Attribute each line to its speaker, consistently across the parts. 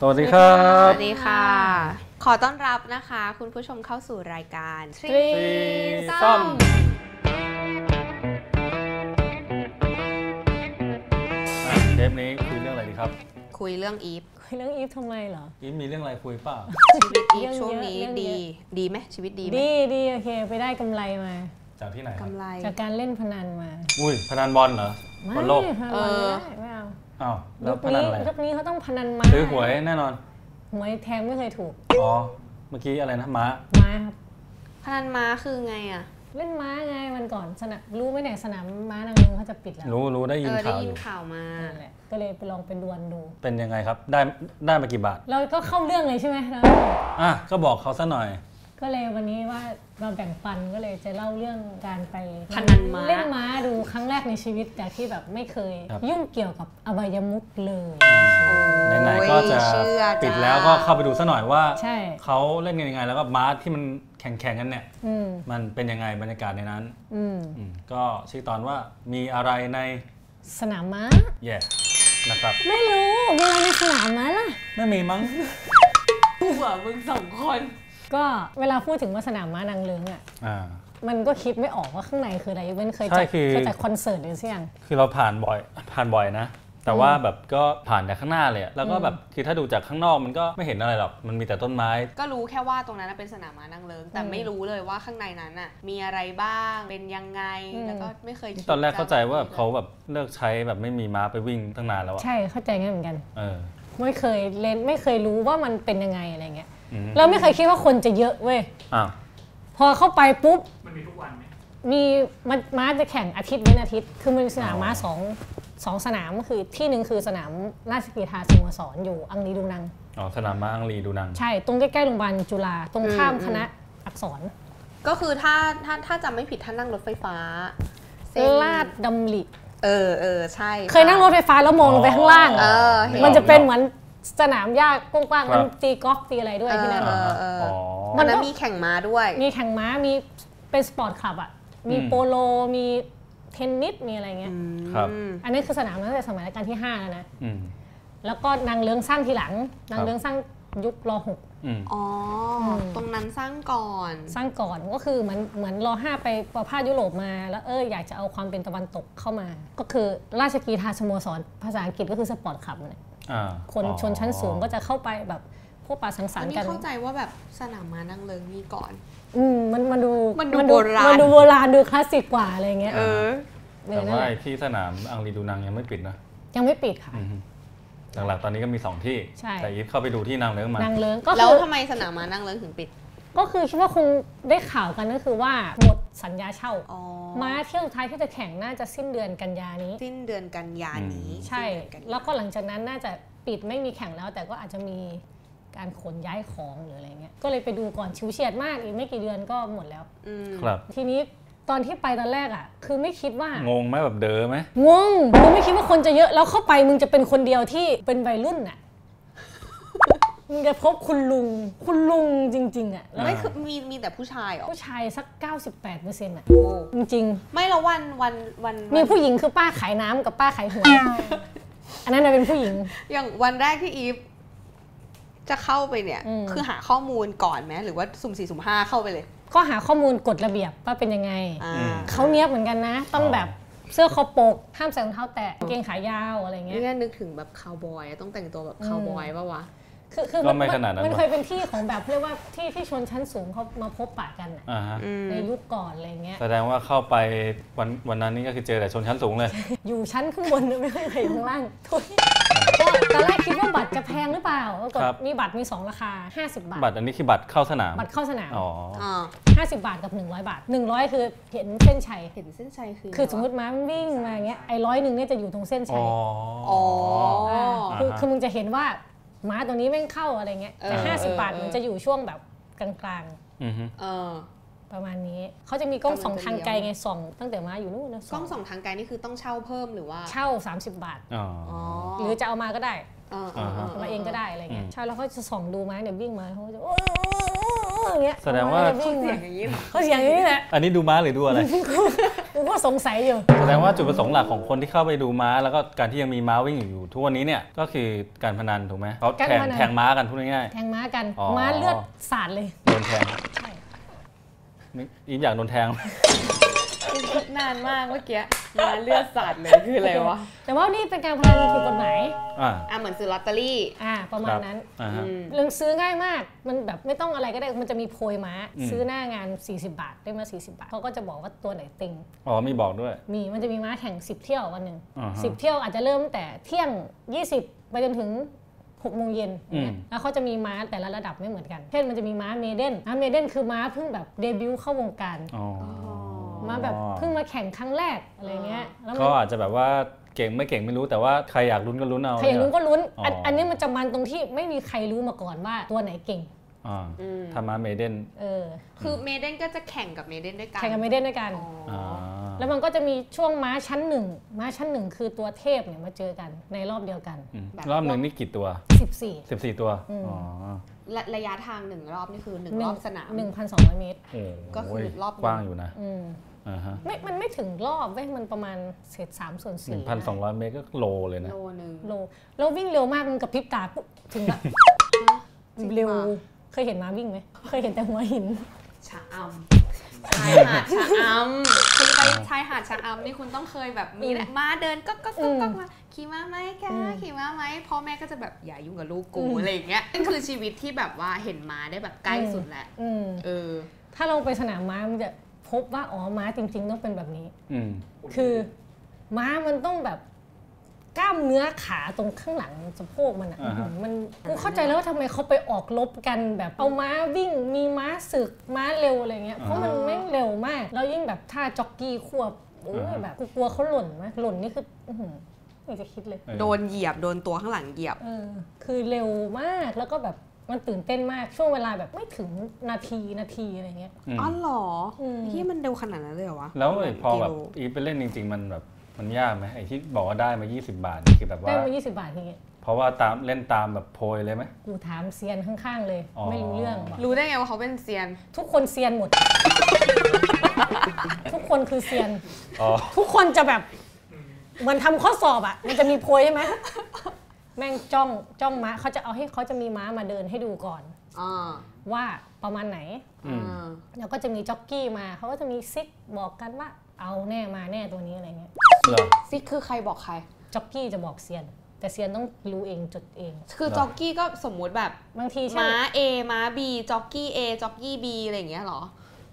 Speaker 1: สวัสดีครั
Speaker 2: ส
Speaker 1: บ
Speaker 2: วัสดีค่ะ ขอต้อนรับนะคะ คุณผู้ชมเข้าสู่รายการ
Speaker 1: ทรีซัม เทปนี้คุยเรื่องอะไรดีครับ
Speaker 2: คุยเรื่องอีฟ
Speaker 3: คุยเรื่องอีฟทำไมเหรอ
Speaker 1: อีฟมีเรื่องอะไรคุยเปล่า
Speaker 2: ชีวิตอีฟ
Speaker 3: เรื่องเยอะ
Speaker 2: ช่วงนี้
Speaker 3: เรื่องเย
Speaker 2: ดี
Speaker 3: อะ
Speaker 2: ดีไหมชีวิตดีไหม
Speaker 3: ดีดีโอเค ไปได้กำไรมา
Speaker 1: จากที่ไหนครับ
Speaker 2: กำไร
Speaker 3: จากการเล่นพนันมา
Speaker 1: อุ้ยพนันบอลเหรอ
Speaker 3: ไม่
Speaker 1: บอลโลก
Speaker 3: พนัน
Speaker 2: เออ
Speaker 3: ไม่ได้ไม่เอา
Speaker 1: อ้าวแล้
Speaker 3: ยุ
Speaker 1: ว
Speaker 3: ค
Speaker 1: พนัน
Speaker 3: นี้
Speaker 1: อะไร
Speaker 3: ยุคนี้เขาต้องพนันมา
Speaker 1: ซื้อหวยแน่นอน
Speaker 3: หวยแทมไม่เคยถูก
Speaker 1: อ๋อ เมื่อกี้อะไรนะม้า
Speaker 3: ม้าครับ
Speaker 2: พนันม้าคือไงอ่ะ
Speaker 3: เล่นม้าไงวันก่อนสนามรู้ไหมเนี่ยสนามม้านางเลิงเขาจะปิดแล้ว
Speaker 1: รู้รู้ได้ยิ
Speaker 2: เอน อได้
Speaker 1: ข่าวอ
Speaker 2: ยิน
Speaker 1: ยู่
Speaker 2: ข่าวมา
Speaker 3: นั่นแหละก็เลยไปลองไปดวลดู
Speaker 1: เป็นยังไงครับ ได้ได้มากี่บาท
Speaker 3: เราก็เข้าเรื่องเลยใช่ไหมเรา
Speaker 1: อ่ะ ก็บอกเขาซะหน่อย
Speaker 3: ก็เลยวันนี้ว่าเราแบ่งปันก็เลยจะเล่าเรื่องการไป
Speaker 2: พนันม้า
Speaker 3: เล่นม้าดูครั้งแรกในชีวิตจากที่แบบไม่เคย
Speaker 1: ครับ
Speaker 3: ยุ่งเกี่ยวกับอบายมุขเลย
Speaker 2: โอ้ย
Speaker 1: ไหนๆก็จะ
Speaker 2: เชื่อ
Speaker 1: ปิดแล้วก็เข้าไปดูซะหน่อยว่า
Speaker 3: ใช่
Speaker 1: เขาเล่นกันยังไง แล้วก็ม้าที่มันแข่งๆกันเนี่ย
Speaker 3: อืม
Speaker 1: มันเป็นยังไงบรรยากาศในนั้น
Speaker 3: อืม
Speaker 1: อืมก็ชื่อตอนว่ามีอะไรใน
Speaker 3: สนามม้า
Speaker 1: แย่นะครับ
Speaker 3: ไม่รู้มีอะไรในสนามม้าล่ะ
Speaker 1: ไม่มีมั้ง
Speaker 2: กูอ่ะมึงสองคน
Speaker 3: ก็เวลาพูดถึงว่าสนามม้านางเลิงอ่ะ
Speaker 1: อ่า
Speaker 3: มันก็คิดไม่ออกว่าข้างในคืออะไรยกเว้นเคย
Speaker 1: ใช่
Speaker 3: จัด
Speaker 1: คือ
Speaker 3: เคยจัดคอนเสิร์ตหรือเสียง
Speaker 1: คือเราผ่านบ่อย ผ่านบ่อยนะ แต่ว่าแบบก็ผ่านจากข้างหน้าเลยอะแล้วก็แบบคือถ้าดูจากข้างนอกมันก็ไม่เห็นอะไรหรอก มันมีแต่ต้นไม้
Speaker 2: ก็รู้แค่ว่าตรงนั้นนะเป็นสนามม้านางเลิง แต่
Speaker 3: อืม
Speaker 2: ไม่รู้เลยว่าข้างในนั้นอ่ะมีอะไรบ้างเป็นยังไง
Speaker 3: อืม
Speaker 2: แล้วก็ไม่เคยคิด
Speaker 1: ตอนแรกเข้าใจว่าแบบเขาแบบเลิกใช้แบบไม่มีม้าไปวิ่งตั้งนานแล้วอะ
Speaker 3: ใช่เข้าใจงั้นเหมือนกัน
Speaker 1: เออ
Speaker 3: ไม่เคยเล่นไม่เคยรู้ว่ามันเป็นยังไงอะไรเงี้ย
Speaker 1: อืม
Speaker 3: เราไม่เคยคิดว่าคนจะเยอะเว้ย
Speaker 1: อ้าว
Speaker 3: พอเข้าไปปุ๊บ มันมีทุกวันไหมมีมันม้าจะแข่งอาทิตย์เว้นอาทิตย์ คือมันมีสนามม้าสองสองสนามก็คือที่หนึ่งคือสนามราชกีฬาสโมสรอยู่อังรีดูนัง
Speaker 1: อ๋อสนามม้าอังรีดูหนัง
Speaker 3: ใช่ตรงใกล้ๆโรงพยาบาลจุฬาตรงข้ามคณะอักษร
Speaker 2: ก็คือถ้าถ้าถ้าจำไม่ผิดท่านนั่งรถไฟฟ้าเส้น
Speaker 3: ลาดดำริ
Speaker 2: เออเออใช่
Speaker 3: เคยนั่งรถไฟฟ้าแล้วมองลงไปข้างล่าง
Speaker 2: เอ
Speaker 3: อะ
Speaker 2: อ
Speaker 3: มันจะเป็นเหมือนสนามหญ้ากว้าง
Speaker 1: ค
Speaker 3: ๆ
Speaker 1: รับ
Speaker 3: มันตีกอล์ฟตีอะไรด้วยที่นั่น
Speaker 2: เออ
Speaker 3: อะ
Speaker 2: เออเอออ๋
Speaker 1: อ
Speaker 2: มัน
Speaker 3: มันก็
Speaker 2: มีแข่งม้าด้วย
Speaker 3: มีแข่งม้ามีเป็นสปอร์ตคลับอ่ะ มี
Speaker 1: อืม
Speaker 3: โปโลมีเทนนิสมีอะไรเงี้ย
Speaker 1: ครับ
Speaker 3: อันนี้คือสนามตั้งแต่สมัยรัชกาลที่ 5 แล้วนะ
Speaker 1: อืม
Speaker 3: แล้วก็นางเลื้องสร้างทีหลัง นาง
Speaker 1: ครับ
Speaker 3: เลื้องสร้างยุครอหก
Speaker 1: อืม
Speaker 2: อ๋ออ
Speaker 3: ม
Speaker 2: ตรงนั้นสร้างก่อน
Speaker 3: สร้างก่อนก็คือเหมือนเหมือนรอห้าไปประพาสยุโรปมาแล้วเอออยากจะเอาความเป็นตะวันตกเข้ามา ก็คือราชกีฬาสโมสรภาษาอังกฤษก็คือสปอร์ตคลับเนี่ย
Speaker 1: อ่า
Speaker 3: คน
Speaker 1: อ๋อ
Speaker 3: ชนชั้นสูงก็จะเข้าไปแบบพวกปาสังส
Speaker 2: อัน
Speaker 3: รรค์
Speaker 2: นี้
Speaker 3: กัน
Speaker 2: เข้าใจว่าแบบสนามม้านั่งเลิงมีก่อน
Speaker 3: อืมมันมันดู
Speaker 2: มันดูโบราณ
Speaker 3: มันดูโบราณดูคลาสสิกกว่าอะไรเงี้ย
Speaker 2: เออ
Speaker 3: เอ
Speaker 1: แต่
Speaker 3: อนั่น
Speaker 1: ว่า
Speaker 3: แหละ
Speaker 1: ไอ้ที่สนามอังรีดูหนังยังไม่ปิดนะ
Speaker 3: ยังไม่ปิดค่ะ
Speaker 1: อือฮึหลักๆตอนนี้ก็มี 2 ที่
Speaker 3: ใช่
Speaker 1: แต่อีฟเข้าไปดูที่นางเลิ้งมาน
Speaker 3: างเลิงก็
Speaker 2: แล้
Speaker 3: คื
Speaker 2: ว
Speaker 3: อ
Speaker 2: ทำไมสนามม้านั่งเลิงถึงปิด
Speaker 3: ก็คือคิดว่าคงได้ข่าวกันก็คือว่าหมดสัญญาเช่า
Speaker 2: อ๋อ
Speaker 3: ม้าเที่ยวสุดท้ายที่จะแข่งน่าจะสิ้นเดือนกันยานี้
Speaker 2: สิ้นเดือนกันยานี้
Speaker 3: ใช่
Speaker 2: สิ้นเดือนกันยา
Speaker 3: แล้วก็หลังจากนั้นน่าจะปิดไม่มีแข่งแล้ว แต่ก็อาจจะมีการขนย้ายของหรืออะไรเงี้ยก็เลยไปดูก่อนชิวเฉียดมากอีกไม่กี่เดือนก็หมดแล้ว
Speaker 2: อืม
Speaker 1: ครับ
Speaker 3: ทีนี้ตอนที่ไปตอนแรกอ่ะ คือไม่คิดว่า
Speaker 1: งงไหมแบบเด๋อไหม
Speaker 3: งงมึงไม่คิดว่าคนจะเยอะ แล้วเข้าไปมึงจะเป็นคนเดียวที่เป็นวัยรุ่นน่ะ มึงจะพบคุณลุง คุณลุงจริง ๆ อ่ะ แล้ว
Speaker 2: ไม่คือมีมีแต่ผู้ชายเหรอ
Speaker 3: ผู้ชายสัก 98เปอร์เซ็นต์อ่ะ
Speaker 2: โอ้
Speaker 3: จริง
Speaker 2: ไม่แล้ววันวันวัน
Speaker 3: ๆ มีผู้หญิงคือป้าขายน้ำกับป้าขายหวยอันนั้นนะเป็นผู้หญิง
Speaker 2: อย่างวันแรกที่อีฟจะเข้าไปเนี่ย
Speaker 3: อืม
Speaker 2: คือหาข้อมูลก่อนไหมหรือว่าสุ่มสี่สุ่มห้าเข้าไปเลย
Speaker 3: ก็หาข้อมูลกฎระเบียบว่าเป็นยังไง
Speaker 2: อ่า
Speaker 1: อืม
Speaker 3: เขาเนี้ยบเหมือนกันนะ ต้อง
Speaker 1: อ๋อ
Speaker 3: แบบเสื้อคอปก ห้ามใส่รองเท้าแตะกางเกงขายาวอะไรเงี้ย
Speaker 2: เนี่ยนึกถึงแบบคาวบอยอะต้องแต่งตัวแบบคาวบอยปะวะ
Speaker 3: คือคือ
Speaker 1: ก็ไม่ขนาดนั้น
Speaker 3: มั
Speaker 1: ห
Speaker 3: น
Speaker 1: รอก
Speaker 3: เคยเป็นที่ของแบบเรียกว่าที่ที่ชนชั้นสูงเขามาพบปะกันน่ะ
Speaker 1: อ่าฮะ
Speaker 2: อืม
Speaker 3: ในยุคก่อนอะไรเงี้ย
Speaker 1: แสดงว่าเข้าไปวันวันนั้นนี่ก็คือเจอแต่ชนชั้นสูงเลย
Speaker 3: อยู่ชั้นข้างบนนะไม่เคยไปข้างล่างทุยก็ตอนแรกคิดว่าบัตรจะแพงหรือเปล่าปรากฏ
Speaker 1: ครับ
Speaker 3: มีบัตรมี 2 ราคา 50 บาท
Speaker 1: บัตรอันนี้คือบัตรเข้าสนาม
Speaker 3: บัตรเข้าสนาม
Speaker 1: อ๋อ
Speaker 2: อ่า
Speaker 3: 50 บาทกับ 100 บาท 100 คือเห็นเส้นชัย
Speaker 2: เห็นเส้นชัยคือ
Speaker 3: คือ
Speaker 2: ไงวะ
Speaker 3: สมมติม้ามันวิ่งมาอย่างเงี้ยไอ้ร้อยหนึ่งเนี่ยจะอยู่ตรงเส้นชั
Speaker 1: อ๋
Speaker 3: ย
Speaker 1: อ
Speaker 2: อ๋อ
Speaker 3: อ่า
Speaker 1: อ่า
Speaker 3: คือ
Speaker 1: ฮะ
Speaker 3: คือมึงจะเห็นว่าม้าตัวนี้แม่งเข้าอะไรเงี้ยแต่
Speaker 2: เออ
Speaker 3: 50 บาท
Speaker 2: เออ
Speaker 3: มันจะอยู่ช่วงแบบกลาง
Speaker 1: อือฮึ
Speaker 2: เออ
Speaker 3: ๆประมาณนี้เขาจะมีกล้องสอง
Speaker 2: กำลังจะ
Speaker 3: ทางไกล
Speaker 2: เลี้
Speaker 3: ไง
Speaker 2: ยว
Speaker 3: ส่องตั้งแต่ม้าอยู่นู่นนะ
Speaker 2: กล้องสองทางไกลนี่คือต้องเช่าเพิ่มหรือว่า
Speaker 3: เช่า 30 บาท
Speaker 1: อ๋ออ
Speaker 2: อ๋อ
Speaker 3: หรือจะเอามาก็ได้
Speaker 2: เออเออ
Speaker 1: อ่าฮะ
Speaker 3: ทำมาเองก็ได้อะไรเงี้ย
Speaker 1: อืม
Speaker 3: ใช่แล้วเขาจะส่องดูไม้เนี่ยวิ่งมาเขาก็จะโอ้โอ้โอ้โอ้อย่างเงี้ย
Speaker 1: แสดงว่า
Speaker 3: วิ่ง
Speaker 2: เสีย
Speaker 3: มาง
Speaker 2: อย่างนี้
Speaker 3: เขาเสียงอย่างนี้แหละ
Speaker 1: อันนี้ดูม้าหรือดูอะไร
Speaker 3: ดู กูก็สงสัยอยู่
Speaker 1: แสดงว่าจุดประสงค์หลักของคนที่เข้าไปดูม้า แล้วก็การที่ยังมีม้าวิ่งอยู่ทุกวันนี้เนี่ยก็คือการพนันถูกไหมเขา
Speaker 3: การ
Speaker 1: แทง
Speaker 3: พนัน
Speaker 1: แทงม้ากันพูดง่าย
Speaker 3: แทงม้ากัน
Speaker 1: อ๋อ
Speaker 3: ม้าเลือดสาดเลย
Speaker 1: ๆโดนแทงนึกอีฟอยากโดนแทง
Speaker 2: คิดนานมากเมื่อกี้มาเลือดสาดเลยคืออะไรวะ
Speaker 3: แต่ว่านี่เป็นการพนันผิดกฎหมาย
Speaker 1: อ่า
Speaker 2: อ่ะเหมือนซื้อลอตเตอรี่
Speaker 3: อ่าประมา
Speaker 1: ค
Speaker 3: ณ
Speaker 1: รับ
Speaker 3: นั้น
Speaker 1: อ่าฮะ
Speaker 2: อืม
Speaker 3: เรื่องซื้อง่ายมาก มันแบบไม่ต้องอะไรก็ได้ มันจะมีโพยม้า
Speaker 1: อืม
Speaker 3: ซื้อหน้างาน 40 บาท ได้มา 40 บาท เขาก็จะบอกว่าตัวไหนติง
Speaker 1: อ๋อมีบอกด้วย
Speaker 3: มี มันจะมีม้าแข่ง 10 เที่ยววันหนึ่ง
Speaker 1: อ่าฮะ
Speaker 3: 10 เที่ยวอาจจะเริ่มแต่เที่ยง 20 ไปจนถึง6โมงเย็น
Speaker 1: อืม
Speaker 3: แล้วเขาจะมีม้าแต่ละระดับไม่เหมือนกัน เช่น มันจะมีม้าเมเดนม้าเมเดนคือม้าเพิ่งแบบเดบิวต์เข้าวงการ
Speaker 1: อ๋อ
Speaker 3: ม้าแบบเพิ่งมาแข่งครั้งแรกอะไรเงี้ย แล้วมั
Speaker 1: ก็
Speaker 3: น
Speaker 1: อาจจะแบบว่าเก่งไม่เก่งไม่รู้แต่ว่าใครอยากลุ้นก็ลุ้นเอา
Speaker 3: ใครอยากลุ้นก็ลุ้นอัน
Speaker 1: อ๋ออั
Speaker 3: อันนี้มันจะมันตรงที่ไม่มีใครรู้มาก่อนว่าตัวไหนเก่ง
Speaker 1: อ่า
Speaker 2: อืม
Speaker 1: ทำม้าเมเดน
Speaker 3: เออ
Speaker 2: คือเมเดนก็จะแข่งกับเมเดนด้วยกัน
Speaker 3: แข่งกับเมเดนด้วยกัน
Speaker 2: อ๋ออ
Speaker 1: อ่า
Speaker 3: แล้วมันก็จะมีช่วงม้าชั้นหนึ่งม้าชั้นหนึ่งคือตัวเทพเนี่ยมาเจอกันในรอบเดียวกัน
Speaker 1: อืม
Speaker 2: แบบ
Speaker 1: รอบหนึ่งนี่กี่ตัว
Speaker 3: 14
Speaker 1: 14 ตัว
Speaker 3: อืม
Speaker 1: อ๋อ
Speaker 2: ระระยะทางหนึ่งรอบนี่คือหนึ่งรอบสนาม
Speaker 3: 1,200 เมตร
Speaker 1: โอ้
Speaker 2: ก็คือรอบหนึ่ง
Speaker 1: กว้างอยู่นะ
Speaker 3: อืม
Speaker 1: อ่าฮะ
Speaker 3: ไม่มันไม่ถึงรอบเว้ยมันประมาณเศษสามส่วน
Speaker 1: หนึ่
Speaker 3: สี่
Speaker 1: งพันสองร้อยเมตรก็โลเลยนะ
Speaker 2: โลนึง
Speaker 3: โลแล้ววิ่งเร็วมากมันกับพริบตาปุ๊บถึงละ
Speaker 2: จริงปะ
Speaker 3: เร็วเคยเห็นม้าวิ่งไหมเคยเห็นแต่หัวหิน
Speaker 2: ชะอำชายหาดชะอำคุณไปชายหาดชะอำนี่คุณต้องเคยแบบมี
Speaker 3: อืม
Speaker 2: ม้าเดินก็ก็ก็
Speaker 3: อืม
Speaker 2: ก็มาขี่ม้าไหมแก
Speaker 3: อืม
Speaker 2: ขี่ม้าไหมพ่อแม่ก็จะแบบอย่ายุ่งกับลูกกู
Speaker 3: อืม
Speaker 2: อะไรอย่างเงี้ยนั่นคือชีวิตที่แบบว่าเห็นม้าได้แบบใกล้สุดแล้ว
Speaker 3: อืม
Speaker 2: เออ
Speaker 3: ถ้าเราไปสนามม้ามันจะพบว่าอ๋อม้าจริง ๆ ต้องเป็นแบบนี้
Speaker 1: อืม
Speaker 3: คือม้ามันต้องแบบกล้ามเนื้อขาตรงข้างหลังสะโพกมันอ่ะ
Speaker 1: อ่าฮะ
Speaker 3: มันกูเข้าใจแล้วว่าทำไมเขาไปออกรบกันแบบเอาม้าวิ่งมีม้าศึกม้าเร็วอะไรเงี้ยเพราะมัน
Speaker 2: อ่า
Speaker 3: ไม่งเร็วมาก แล้วยิ่งแบบท่าจ็อกกี้ควบโอ้ยแบบกูกลัวเขาหล่นไหมหล่นนี่คืออื้อหือไม่อยากจะคิดเลย
Speaker 1: เออ
Speaker 2: โดนเหยียบโดนตัวข้างหลังเหยียบ
Speaker 3: เออคือเร็วมากแล้วก็แบบมันตื่นเต้นมากช่วงเวลาแบบไม่ถึงนาทีนาทีอะไรเงี้ย
Speaker 1: อืม
Speaker 2: อ๋อเหรออ
Speaker 3: ม
Speaker 2: ที่มันเร็วขนาดนั้นเลยเหรอวะ
Speaker 1: แล้วไอ้พอ
Speaker 2: กี่
Speaker 1: แบบ
Speaker 2: โล
Speaker 1: อีฟไปเล่นจริง ๆ มันแบบมันยากไหมไอ้ที่บอกว่าได้มา 20 บาทนี่คือแบบ
Speaker 3: ได้
Speaker 1: ว่า
Speaker 3: มา 20 บาทอย่างเงี้ย
Speaker 1: เพราะว่าตามเล่นตามแบบโพยเลยไหม
Speaker 3: กูถามเซียนข้างๆ เลย
Speaker 1: อ๋อ
Speaker 3: ไม่รู้เรื่อง
Speaker 2: รู้ได้ไงว่าเขาเป็นเซียน
Speaker 3: ทุกคนเซียนหมด ทุกคนคือเซียน
Speaker 1: อ๋อ
Speaker 3: ทุกคนจะแบบเหมือนทำข้อสอบอะมันจะมีโพยใช่ไหมแม่งจ้องจ้องม้าเขาจะเอาให้เขาจะมีม้ามาเดินให้ดูก่อน
Speaker 2: อ่า
Speaker 3: ว่าประมาณไหน
Speaker 1: อืม
Speaker 2: อ่า
Speaker 3: แล้วก็จะมีจ็อกกี้มาเขาก็จะมีซิกบอกกันว่า เอาแน่มาแน่ตัวนี้อะไรเงี้ย
Speaker 1: เหรอ
Speaker 2: ซิกคือใครบอกใคร
Speaker 3: จ็อกกี้จะบอกเซียน แต่เซียนต้องรู้เองจดเอง
Speaker 2: คือ
Speaker 1: เหรอ
Speaker 2: จ็อกกี้ก็สมมุติแบบ
Speaker 3: บางทีเช่น
Speaker 2: ม้า A ม้า B จ็อกกี้ A จ็อกกี้ B อะไรอย่างเงี้ยเหรอ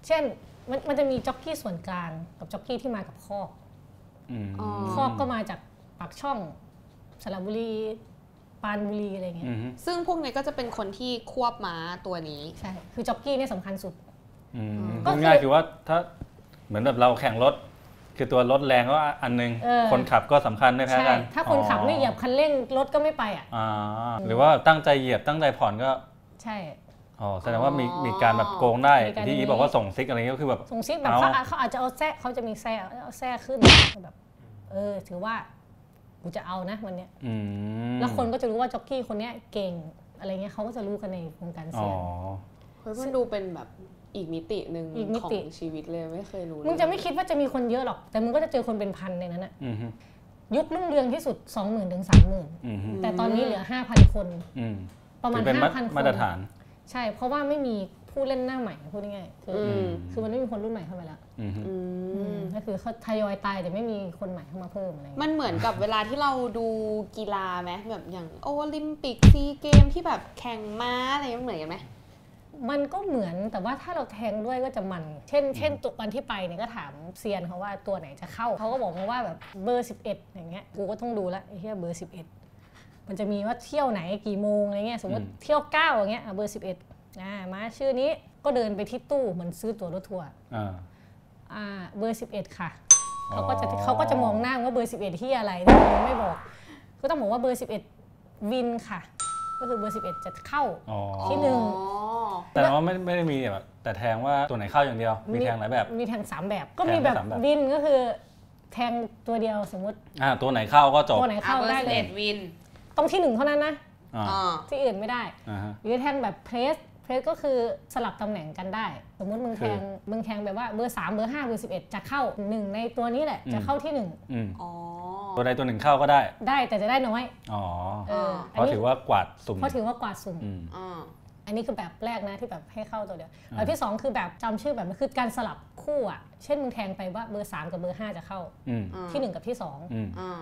Speaker 3: เช่นมันมันจะมีจ็อกกี้ส่วนกลางกับจ็อกกี้ที่มากับคอก
Speaker 1: อืม
Speaker 2: อ๋อ
Speaker 3: ครอบก็มาจากปากช่องสระบุรี ปรานบุรีอะไรเงี้ย
Speaker 1: อืมฮึ
Speaker 2: ซึ่งพวกเนี้ยก็จะเป็นคนที่ควบม้าตัวนี้
Speaker 3: ใช่ คือจ็อกกี้เนี่ยสำคัญสุด
Speaker 1: อืม
Speaker 2: ก็
Speaker 1: พู
Speaker 3: คือ
Speaker 1: ดง่ายๆคือว่าถ้าเหมือนแบบเราแข่งรถ คือตัวรถแรงก็อันนึง
Speaker 3: เออ
Speaker 1: คนขับก็สำคัญไม่แพ้
Speaker 3: ใช่
Speaker 1: กัน
Speaker 3: ถ้าคนขับไม่เหยียบคันเร่งรถก็ไม่ไปอ่ะ
Speaker 1: อ่าหรือว่าตั้งใจเหยียบตั้งใจผ่อนก็
Speaker 3: ใช่
Speaker 1: อ๋อแสดงว่ามี
Speaker 2: อ๋อ
Speaker 1: มีการแบบโกงได้
Speaker 3: มีการ
Speaker 1: ที่
Speaker 3: อย่าง
Speaker 1: อี
Speaker 3: นี้
Speaker 1: ฟบอกว่าส่งซิกอะไรเงี้ยก็คือแบบ
Speaker 3: สงซิกแบบ
Speaker 1: เอา
Speaker 3: เขาเขาอาจจะเอาแซ่เขาจะมีแซ่เอาแซ่ขึ้นแบบเออ ถือว่ากูจะเอานะวันเนี้ย
Speaker 1: อืม
Speaker 3: แล้วคนก็จะรู้ว่าจ็อกกี้คนเนี้ยเก่งอะไรเงี้ยเขาก็จะรู้กันในวงการ
Speaker 1: อ๋
Speaker 3: เสี
Speaker 1: อ
Speaker 3: ยง
Speaker 2: เฮ้ยมันดูเป็นแบบอีกมิติหนึ่ง
Speaker 3: อีกมิ
Speaker 2: ของ
Speaker 3: ติ
Speaker 2: ชีวิตเลยไม่เคยรู้
Speaker 3: มึงจะไม่คิดว่าจะมีคนเยอะหรอก แต่มึงก็จะเจอคนเป็นพันในนั้นอะ
Speaker 1: อืมฮึ
Speaker 3: ยุครุ่งเรืองที่สุด 20,000ถึง30,000
Speaker 1: อืมฮึ
Speaker 3: แต่ตอนนี้เหลือ 5,000 คน
Speaker 1: อืม
Speaker 3: ประมาณ
Speaker 1: ถือเป็นมา
Speaker 3: 5,000คน
Speaker 1: มาตรฐาน
Speaker 3: ใช่ เพราะว่าไม่มีผู้เล่นหน้าใหม่พูดง่ายๆคือ
Speaker 2: อื
Speaker 3: อ
Speaker 2: ม
Speaker 3: คือมันไม่มีคนรุ่นใหม่เข้าไปแล้ว
Speaker 1: อืมฮึ
Speaker 2: อืม
Speaker 3: ก็คือเขาทยอยตายแต่ไม่มีคนใหม่เข้ามาเพิ่มอะไรอย่าง
Speaker 2: มั
Speaker 3: เงี้ย
Speaker 2: นเหมือนกับเวลาที่เราดูกีฬาไหมแบบอย่างโอลิมปิกซีเกมที่แบบแข่งม้าอะไรอย่างเงี้ยเหมือนกันไหม
Speaker 3: มันก็เหมือนแต่ว่าถ้าเราแทงด้วยก็จะมัน เช่น เช่นตัววันที่ไปเนี่ยก็ถามเซียนเขาว่าตัวไหนจะเข้าเขาก็บอกมาว่าแบบเบอร์ 11 อย่างเงี้ยกูก็ต้องดูละไอ้เหี้ยเบอร์ 11 มันจะมีว่าเที่ยวไหนกี่โมงอะไรเงี้ยสมมติเที่ยว9อย่างเงี้ยอ่ะเบอร์ 11อ่ามาชื่อนี้ก็เดินไปที่ตู้เหมือนซื้อตั๋วรถทัวร์
Speaker 1: อ่า
Speaker 3: อ่าเบอร์ 11 ค่ะ
Speaker 1: อ๋อ
Speaker 3: เขาก็จะเขาก็จะมองหน้าว่าเบอร์ 11ที่อะไรไม่บอก ก็ต้องบอกว่าเบอร์ 11 วินค่ะ ก็คือเบอร์ 11 จะเข้า
Speaker 1: อ๋อ
Speaker 3: ที่หนึ่ง
Speaker 2: อ๋อ
Speaker 1: แต่ว่าไม่ไม่ได้มีแบบแต่แทงว่าตัวไหนเข้าอย่างเดียว มีแทงหลายแบบ
Speaker 3: มีแทง 3 แบบ ก็มีแบบ
Speaker 1: แทงสามแบบ
Speaker 3: วินก็คือแทงตัวเดียวสมมติ
Speaker 1: อ่าตัวไหนเข้าก็จบ
Speaker 3: ตัวไหนเข้า
Speaker 2: อ่ะเบอ
Speaker 3: ได้
Speaker 2: ร์สิบ
Speaker 3: เลย
Speaker 2: เอ็ดวิน
Speaker 3: ต้องที่หนึ่งเท่านั้นนะ
Speaker 1: อ่า
Speaker 2: อ่า
Speaker 3: ที่อื่นไม่ได้
Speaker 1: อ่าฮะ
Speaker 3: หรือแทงแบบเพลสเพ เพสก็คือสลับตำแหน่งกันได้ สมมุติมึงแทงมึงแทงแบบว่าเบอร์3เบอร์5เบอร์11 จะเข้าหนึ่งในตัวนี้แหละ
Speaker 1: อืม
Speaker 3: จะเข้าที่หนึ่ง
Speaker 1: อืม
Speaker 2: อ๋อ
Speaker 1: ตัวใดตัวหนึ่งเข้าก็ได้
Speaker 3: ได้แต่จะได้น้อย
Speaker 1: อ๋อ
Speaker 3: เออ
Speaker 1: เพ
Speaker 3: อัน
Speaker 1: ราะ
Speaker 3: นี้
Speaker 1: ถือว่ากวาดสุ่ม
Speaker 3: เพราะถือว่ากวาดสุ่ม
Speaker 1: อืม
Speaker 2: อ่า
Speaker 3: อันนี้คือแบบแรกนะที่แบบให้เข้าตัวเดียว
Speaker 1: อ่า
Speaker 3: แบบที่สองคือแบบจำชื่อแบบมันคือการสลับคู่อ่ะเช่นมึงแทงไปว่าเบอร์สามกับเบอร์ห้าจะเข้า
Speaker 1: อืม
Speaker 2: อ่า
Speaker 3: ที่หนึ่งกับที่สอง
Speaker 1: อืม
Speaker 2: อ่า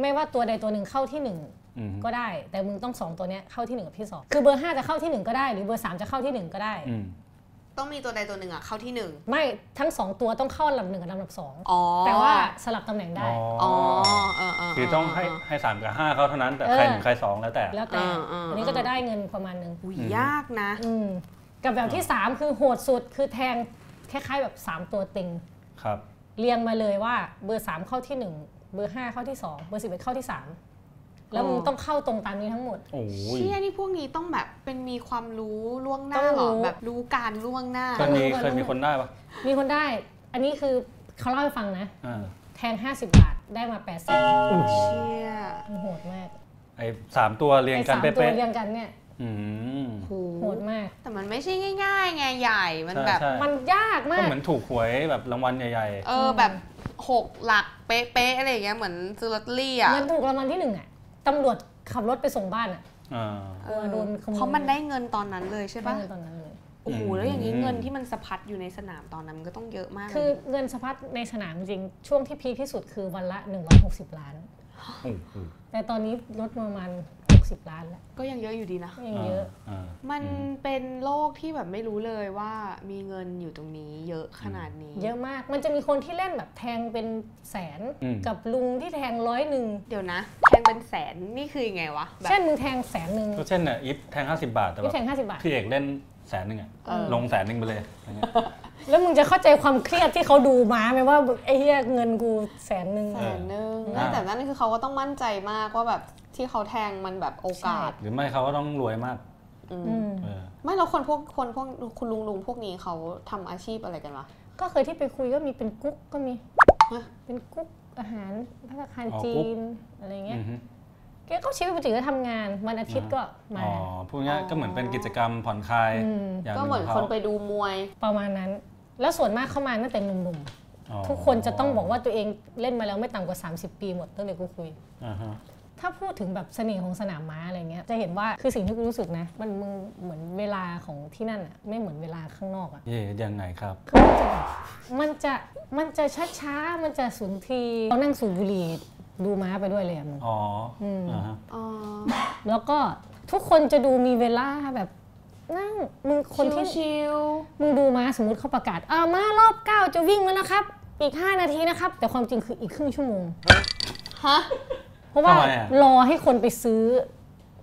Speaker 3: ไม่ว่าตัวใดตัวหนึ่งเข้าที่หนึ่ง
Speaker 1: อืม
Speaker 3: ก็ได้ แต่มึงต้องสองตัวเนี้ยเข้าที่หนึ่งกับที่สองคือเบอร์ห้าจะเข้าที่หนึ่งก็ได้หรือเบอร์สามจะเข้าที่หนึ่งก็ได้
Speaker 1: อืม
Speaker 2: ต้องมีตัวใดตัวหนึ่งอะเข้าที่หนึ่ง
Speaker 3: ไม่ทั้งสองตัวต้องเข้าลำหนึ่งกับลำดับสอง
Speaker 2: อ๋อ
Speaker 3: แต่ว่าสลับตำแหน่งได้
Speaker 2: อ๋อเออเ
Speaker 1: คือต้องให้ให้สามกับห้าเขาเท่านั้น แต่
Speaker 3: เออ
Speaker 1: ใครหนึ่งใครสองแล้วแต่
Speaker 3: แล้วแต่
Speaker 2: อ่าอ่า
Speaker 3: อันนี้ก็จะได้เงินประมาณนึง
Speaker 2: อุ้ย
Speaker 1: อืม
Speaker 2: ยากนะ
Speaker 3: อืมกับแบบที่สามคือโหดสุดคือแทงคล้ายๆแบบสามตัวติง
Speaker 1: ครับ
Speaker 3: เรียงมาเลยว่าเบอร์ 3 เข้าที่ 1 เบอร์ 5 เข้าที่ 2 เบอร์ 11 เข้าที่ 3 แล้วมึง
Speaker 2: อ๋อ
Speaker 3: ต้องเข้าตรงตามนี้ทั้งหมด
Speaker 1: โอ้ย
Speaker 2: เชี่ยนี่พวกนี้ต้องแบบเป็นมีความรู้ล่วงหน้า
Speaker 3: ต้อง
Speaker 2: เหร
Speaker 3: รู้
Speaker 2: อแบบรู้การล่วงหน้า
Speaker 1: เคยมีเคยมีคนได้ปะ
Speaker 3: มีคนได้ อันนี้คือเขาเล่าให้ฟังนะ
Speaker 1: อ่า
Speaker 3: แทง 50 บาท ได้มา 80
Speaker 2: เชี่ย
Speaker 3: มันโหดมาก
Speaker 1: ไอ้สามตัวเรียง
Speaker 3: ไอ้
Speaker 1: กัน
Speaker 3: สามตัว
Speaker 1: เป๊ะ
Speaker 3: เรียงกันเนี่ย
Speaker 1: ๆอืม
Speaker 2: โห
Speaker 3: โหดมาก
Speaker 2: แต่มันไม่ใช่ง่ายๆไงใหญ่มัน
Speaker 1: ใช่
Speaker 2: แบบ
Speaker 1: ใช่
Speaker 3: มันยาก
Speaker 1: ก็
Speaker 3: มาก
Speaker 1: เหมือนถูกหวยแบบรางวัลใหญ่
Speaker 2: เออแบบหกหลักเป๊ะๆอะไรอย่างเงี้ยเหมือนซื้อลอตเตอรี่อะ
Speaker 3: เงินถูกรางวัลที่หนึ่งอ่ะตำรวจขับรถไปส่งบ้านอ่ะ
Speaker 1: ๆอ่า
Speaker 2: เออ
Speaker 3: โดนขโมย
Speaker 2: เพราะมันได้เงินตอนนั้นเลยใช่
Speaker 3: ได้
Speaker 2: ปะ
Speaker 3: เงินตอนนั้นเลย
Speaker 2: โอ้โหแล้วอย่างนี้
Speaker 1: อืม
Speaker 2: เงินที่มันสะพัดอยู่ในสนามตอนนั้นมันก็ต้องเยอะมากเลย
Speaker 3: คือ
Speaker 2: ดิ
Speaker 3: เงินสะพัดในสนามจริงๆช่วงที่พีคที่สุดคือวันละ 160 ล้าน
Speaker 1: โอ้โห
Speaker 3: แต่ตอนนี้ลดมาประมาณ60 ล้านแล้ว
Speaker 2: ก็ยังเยอะอยู่ดีนะ
Speaker 3: ก็ยังเยอะ
Speaker 1: อ่า
Speaker 2: มัน
Speaker 1: อืม
Speaker 2: เป็นโลกที่แบบไม่รู้เลยว่ามีเงินอยู่ตรงนี้เยอะขนาดนี้
Speaker 3: เยอะมาก มันจะมีคนที่เล่นแบบแทงเป็นแสน
Speaker 1: อืม
Speaker 3: กับลุงที่แทงร้อยหนึ่ง
Speaker 2: เดี๋ยวนะแทงเป็นแสนนี่คือยังไงวะแบบ
Speaker 3: เช่นมึงแทงแสนหนึ่ง
Speaker 1: ก็เช่นเนี่ยอีฟแทง 50 บาท แต่แบ
Speaker 3: พี่
Speaker 1: บ
Speaker 3: แทง 50 บาท
Speaker 1: พี่เอกเล่นแสนหนึ่งอะ
Speaker 2: เออ
Speaker 1: ลงแสนหนึ่งไปเลย อะไรเงี้ย
Speaker 3: แล้วมึงจะเข้าใจความเครียดที่เขาดูมาไหมว่าไอ้เหี้ยเงินกูแสนหนึ่ง
Speaker 2: แสนหนึ่ง
Speaker 1: อ่า
Speaker 2: แต่นั่นคือเขาก็ต้องมั่นใจมากว่าแบบที่เขาแทงมันแบบโอกาส
Speaker 1: หรือไม่เขาก็ต้องรวยมาก
Speaker 2: อืม
Speaker 3: อืม
Speaker 1: เออ
Speaker 2: ไม่แล้วคนพวกคนพวกคุณลุงลุงพวกนี้เขาทำอาชีพอะไรกันวะ
Speaker 3: ก็เคยที่ไปคุยก็มีเป็นกุ๊กก็มี
Speaker 2: ฮะ
Speaker 3: เป็นกุ๊กอาหารพัฒนาคาร
Speaker 1: อ๋อ
Speaker 3: จี
Speaker 1: กุ๊ก
Speaker 3: น อะไรเงี้
Speaker 1: อื
Speaker 3: ย
Speaker 1: อฮึ
Speaker 3: แกก็ชีวิตปกติก็ทำงาน วันอาทิตย์ก็มา
Speaker 1: อ๋อพูดง่าย
Speaker 2: อ๋อ
Speaker 1: ก็เหมือนเป็นกิจกรรมผ่อนคลาย
Speaker 3: อืม
Speaker 1: อย่าง
Speaker 2: ก็เหมือน
Speaker 1: งขง
Speaker 2: คน
Speaker 1: ขา
Speaker 2: ไปดูมวย
Speaker 3: ประมาณนั้น แล้วส่วนมากเข้ามาตั้งแต่หนุ่ม
Speaker 1: อ๋อ
Speaker 3: ๆ ทุกคนจะต้องบอกว่าตัวเองเล่นมาแล้วไม่ต่ำกว่า 30 ปีหมดตั้งแต่กูคุย
Speaker 1: อ่าฮะ
Speaker 3: ถ้าพูดถึงแบบเสน่ห์ของสนามม้าอะไรเงี้ย จะเห็นว่าคือสิ่งที่กูรู้สึกนะ มันมึงเหมือนเวลาของที่นั่นอะไม่เหมือนเวลาข้างนอกอะ
Speaker 1: เย่ยังไงครับ
Speaker 3: คือมันจะแบบมันจะมันจะช้าๆ มันจะสุนทรีย์เรานั่งสูบบุหรี่ดูม้าไปด้วยเลยอะมึง
Speaker 1: อ๋ออ
Speaker 3: ม
Speaker 1: อ่าฮะ
Speaker 2: อ๋อ
Speaker 3: แล้วก็ทุกคนจะดูมีเวลาแบบนั่งมึงคนที่
Speaker 2: ชิว
Speaker 3: มึงดูม้าสมมติเขาประกาศอ่ามารอบเก้าจะวิ่งแล้วนะครับ อีก 5 นาทีนะครับ แต่ความจริงคืออีกครึ่งชั่วโมง
Speaker 2: ๆฮะ
Speaker 3: เพราะว่า
Speaker 1: ทำไมอะ
Speaker 3: รอให้คนไปซื้อ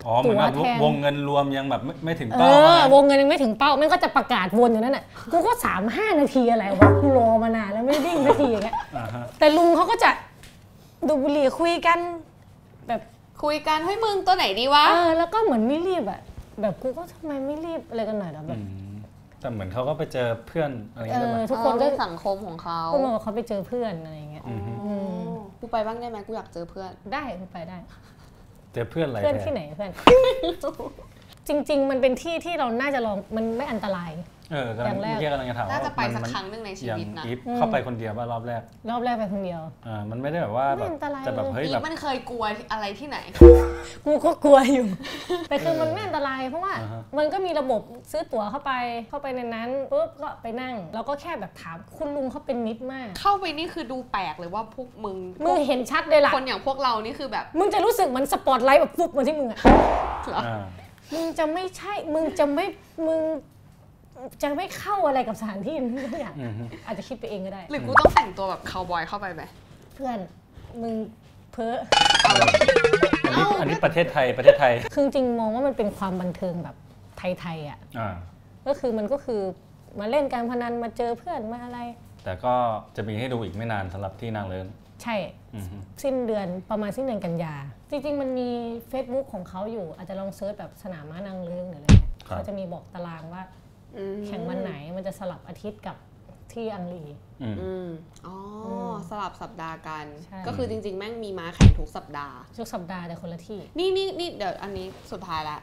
Speaker 1: อ๋อเหมือนแบบ
Speaker 3: ตั๋วแทน
Speaker 1: วงเงินรวมยังแบบไม่ไม่ถึง
Speaker 3: เอ
Speaker 1: เป้า
Speaker 3: อ
Speaker 1: อะไร
Speaker 3: วงเงินยังไม่ถึงเป้ามันก็จะประกาศวนอยู่นั่นแหละกูก็สามห้านาทีอะไรวะกูรอมานานแล้วไม่วิ่งนาทีอย่างเงี้ย
Speaker 1: อ่าฮะ
Speaker 3: แต่ลุงเขาก็จะดูดบุหรี่คุยกัน แบบ
Speaker 2: คุยกันเฮ้ยมึงตัวไหนดีวะ
Speaker 3: เออแล้วก็เหมือนไม่รีบอะแบบกูก็ทำไมไม่รีบอะไรกันหน่อยเหรอแบ
Speaker 1: อื
Speaker 3: บ
Speaker 1: มแต่เหมือนเขาก็ไปเจอเพื่อนอะไรอย่าง
Speaker 3: เอ
Speaker 1: เงี้ยด้
Speaker 3: อ
Speaker 1: วย
Speaker 3: ทุ
Speaker 2: ทุ
Speaker 3: ก
Speaker 2: ก
Speaker 3: ค
Speaker 2: คน น
Speaker 3: ก็
Speaker 2: เรื่องสังคมของเขา
Speaker 3: ก็มาว่าเขาไปเจอเพื่อนอะไรอย่างเงี้ย
Speaker 2: อืมกูไปบ้างได้ไหมกูอยากเจอเพื่อน
Speaker 3: ได้ไปได้
Speaker 1: เจอเพื่อนอะไร
Speaker 3: เพื่อน
Speaker 1: แท
Speaker 3: ที่
Speaker 1: น
Speaker 3: ไหนเพื่อน จริง ๆ มันเป็นที่ที่เราน่าจะลองมันไม่อันตราย
Speaker 1: เออกำลัง
Speaker 3: อย่างแรก
Speaker 1: เมื่อกี้กำลังจะถาม
Speaker 2: น่า
Speaker 1: ว่า
Speaker 2: จะไป
Speaker 1: มั
Speaker 2: สัก
Speaker 1: มั
Speaker 2: ครั้งหนึ่งในชี
Speaker 1: อย่าง
Speaker 2: วิตนะ
Speaker 1: อีฟเข้าไปคนเดียวว่ารอบแรก
Speaker 3: รอบแรกไปคนเดียว
Speaker 1: อ่ามันไม่ได้แบบว่า
Speaker 3: ไม่
Speaker 1: แบบ
Speaker 3: อันตราย
Speaker 1: จะแบบ
Speaker 3: เลย
Speaker 1: เฮ้ย
Speaker 2: อี
Speaker 1: แบ
Speaker 2: ฟ
Speaker 1: บ
Speaker 2: มันเคยกลัวอะไรที่ไหน
Speaker 3: กูก็กลัว อยู่ แต่คือมันไม่อันตรายเพราะว่า
Speaker 1: อ่าฮะ
Speaker 3: มันก็มีระบบซื้อตั๋วเข้าไปเข้าไปในนั้นปุ๊บก็ไปนั่ง แล้วก็แค่แบบถามคุณลุงเขาเป็นมิตรมาก
Speaker 2: เข้าไปนี่คือดูแปลกเลยว่าพวกมึง
Speaker 3: มึงเห็นชัดเลยล่ะ
Speaker 2: คนอย่างพวกเรานี่คือแบบ
Speaker 3: มึงจะรู้สึกเหมือนสปอตไลท์แบบปุ๊บมาที่มึงอะ
Speaker 1: อ่า
Speaker 3: มึงจะไม่ใช่ มึงจะไม่มึงจะไม่เข้าอะไรกับสถานที่นี้ทุกอย่าง
Speaker 1: อือฮึ
Speaker 3: อาจจะคิดไปเองก็ได้
Speaker 2: หรือกูต้องแต่งตัวแบบคาวบอยเข้าไปไหม
Speaker 3: เพื่อนมึงเพ้อ
Speaker 1: อันนี้
Speaker 2: เอ้า
Speaker 1: อันนี้ประเทศไทยประเทศไทย
Speaker 3: คือจริงๆมองว่ามันเป็นความบันเทิงแบบไทยๆอ่ะ
Speaker 1: อ่า
Speaker 3: ก็คือมันก็คือมาเล่นการพนันมาเจอเพื่อนมาอะไร
Speaker 1: แต่ก็จะมีให้ดูอีกไม่นานสำหรับที่นางเลิ้ง
Speaker 3: ใช่
Speaker 1: อือฮึ
Speaker 3: สิ้นเดือนประมาณสิ้นเดือนกันยา จริงๆมันมี Facebook ของเขาอยู่ อาจจะลองเซิร์ชแบบสนามม้านางเลิ้งหรืออะไรเงี้ยเขาจะมีบอกตารางว่า
Speaker 2: อืม
Speaker 3: แข่งวันไหนมันจะสลับอาทิตย์กับที่อังรี
Speaker 1: อืม
Speaker 2: อืมอ๋ออ
Speaker 3: ม
Speaker 2: สลับสัปดาห์กัน
Speaker 3: ใช่
Speaker 2: ก็คือจริง ๆ แม่งมีม้าแข่งทุกสัปดาห์
Speaker 3: ทุกสัปดาห์แต่คนละที่
Speaker 2: นี่นี่นี่เดี๋ยวอันนี้สุดท้ายละ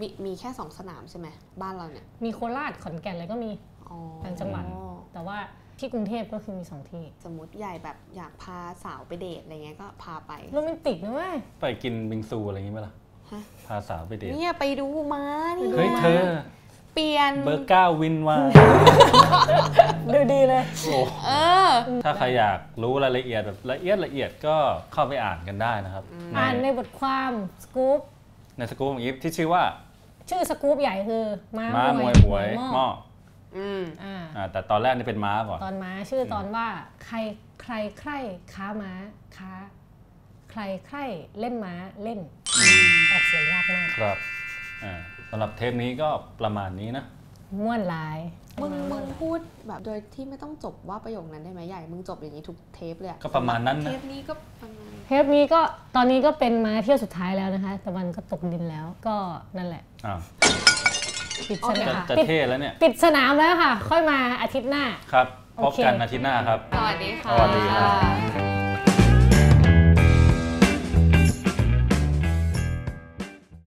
Speaker 2: มีมีแค่สองสนามใช่ไหมบ้านเราเนี่ย
Speaker 3: มีโคราชขอนแก่นอะไรก็มี
Speaker 2: อ๋อ
Speaker 3: ต่างจังหวัด
Speaker 2: อ๋อ
Speaker 3: แต่ว่าที่กรุงเทพก็คือมีสองที่
Speaker 2: สมมติใหญ่แบบอยากพาสาวไปเดทอะไรเงี้ยก็พาไป
Speaker 3: โรแมนติกนะเว้ย
Speaker 1: ไปกินบิงซูอะไรอย่างงี้ไหมล่ะ
Speaker 2: ฮะ
Speaker 1: พาสาวไปเดท
Speaker 2: เนี่ยไปดูม้านี่
Speaker 1: เฮ้ย
Speaker 2: ม้า
Speaker 1: เธอ
Speaker 2: เปลี่ยน
Speaker 1: เบอร์เก้าวินว่า
Speaker 3: ดูดีเลย
Speaker 1: โอ้
Speaker 2: เออ
Speaker 1: ถ้าใครอยากรู้รายละเอียดแบบละเอียดละเอียดก็เข้าไปอ่านกันได้นะครับ ใน
Speaker 3: อ่านในบทความสกู๊ป
Speaker 1: ในสกู๊ปของอีฟที่ชื่อว่า
Speaker 3: ชื่อสกู๊ปใหญ่คือม้า
Speaker 1: ม้าม
Speaker 3: ม
Speaker 1: ว
Speaker 3: วย ย
Speaker 1: หวยหม้อ
Speaker 2: อืม
Speaker 3: อ่า
Speaker 1: อ่าแต่ตอนแรกนี่เป็นม้าก่อน
Speaker 3: ตอนม้าชื่อตอนว่าใครใครใครค้าม้าค้า ใครใครเล่นม้าเล่นออกเสียงยากมาก
Speaker 1: ครับอ่าสำหรับเทปนี้ก็ประมาณนี้นะ
Speaker 3: ม่วนหลาย
Speaker 2: มึงมึงพูดแบบโดยที่ไม่ต้องจบว่าประโยคนั้นได้ไหมใหญ่ มึงจบอย่างนี้ทุกเทปเลยอ
Speaker 1: ก็ประมาณนั้น
Speaker 2: เท
Speaker 1: นะ
Speaker 2: ปนี้ก็ประมาณ
Speaker 3: เทปนี้ก็ตอนนี้ก็เป็นม้าเที่ยวสุดท้ายแล้วนะคะ แต่มันก็ตกดินแล้วก็นั่นแหละ
Speaker 1: อ้าว
Speaker 3: ปิดสนา
Speaker 1: จะ
Speaker 3: ม
Speaker 1: จะ
Speaker 3: ปิด
Speaker 1: เท่แล้วเนี่ย
Speaker 3: ปิดสนามแล้วค่ะ ค่อยมาอาทิตย์หน้า
Speaker 1: ครับ พบกัน
Speaker 3: โอเค
Speaker 1: อาทิตย์หน้าครับ
Speaker 2: สวัสดีค่ะ
Speaker 1: สวัสดีครับ
Speaker 3: บ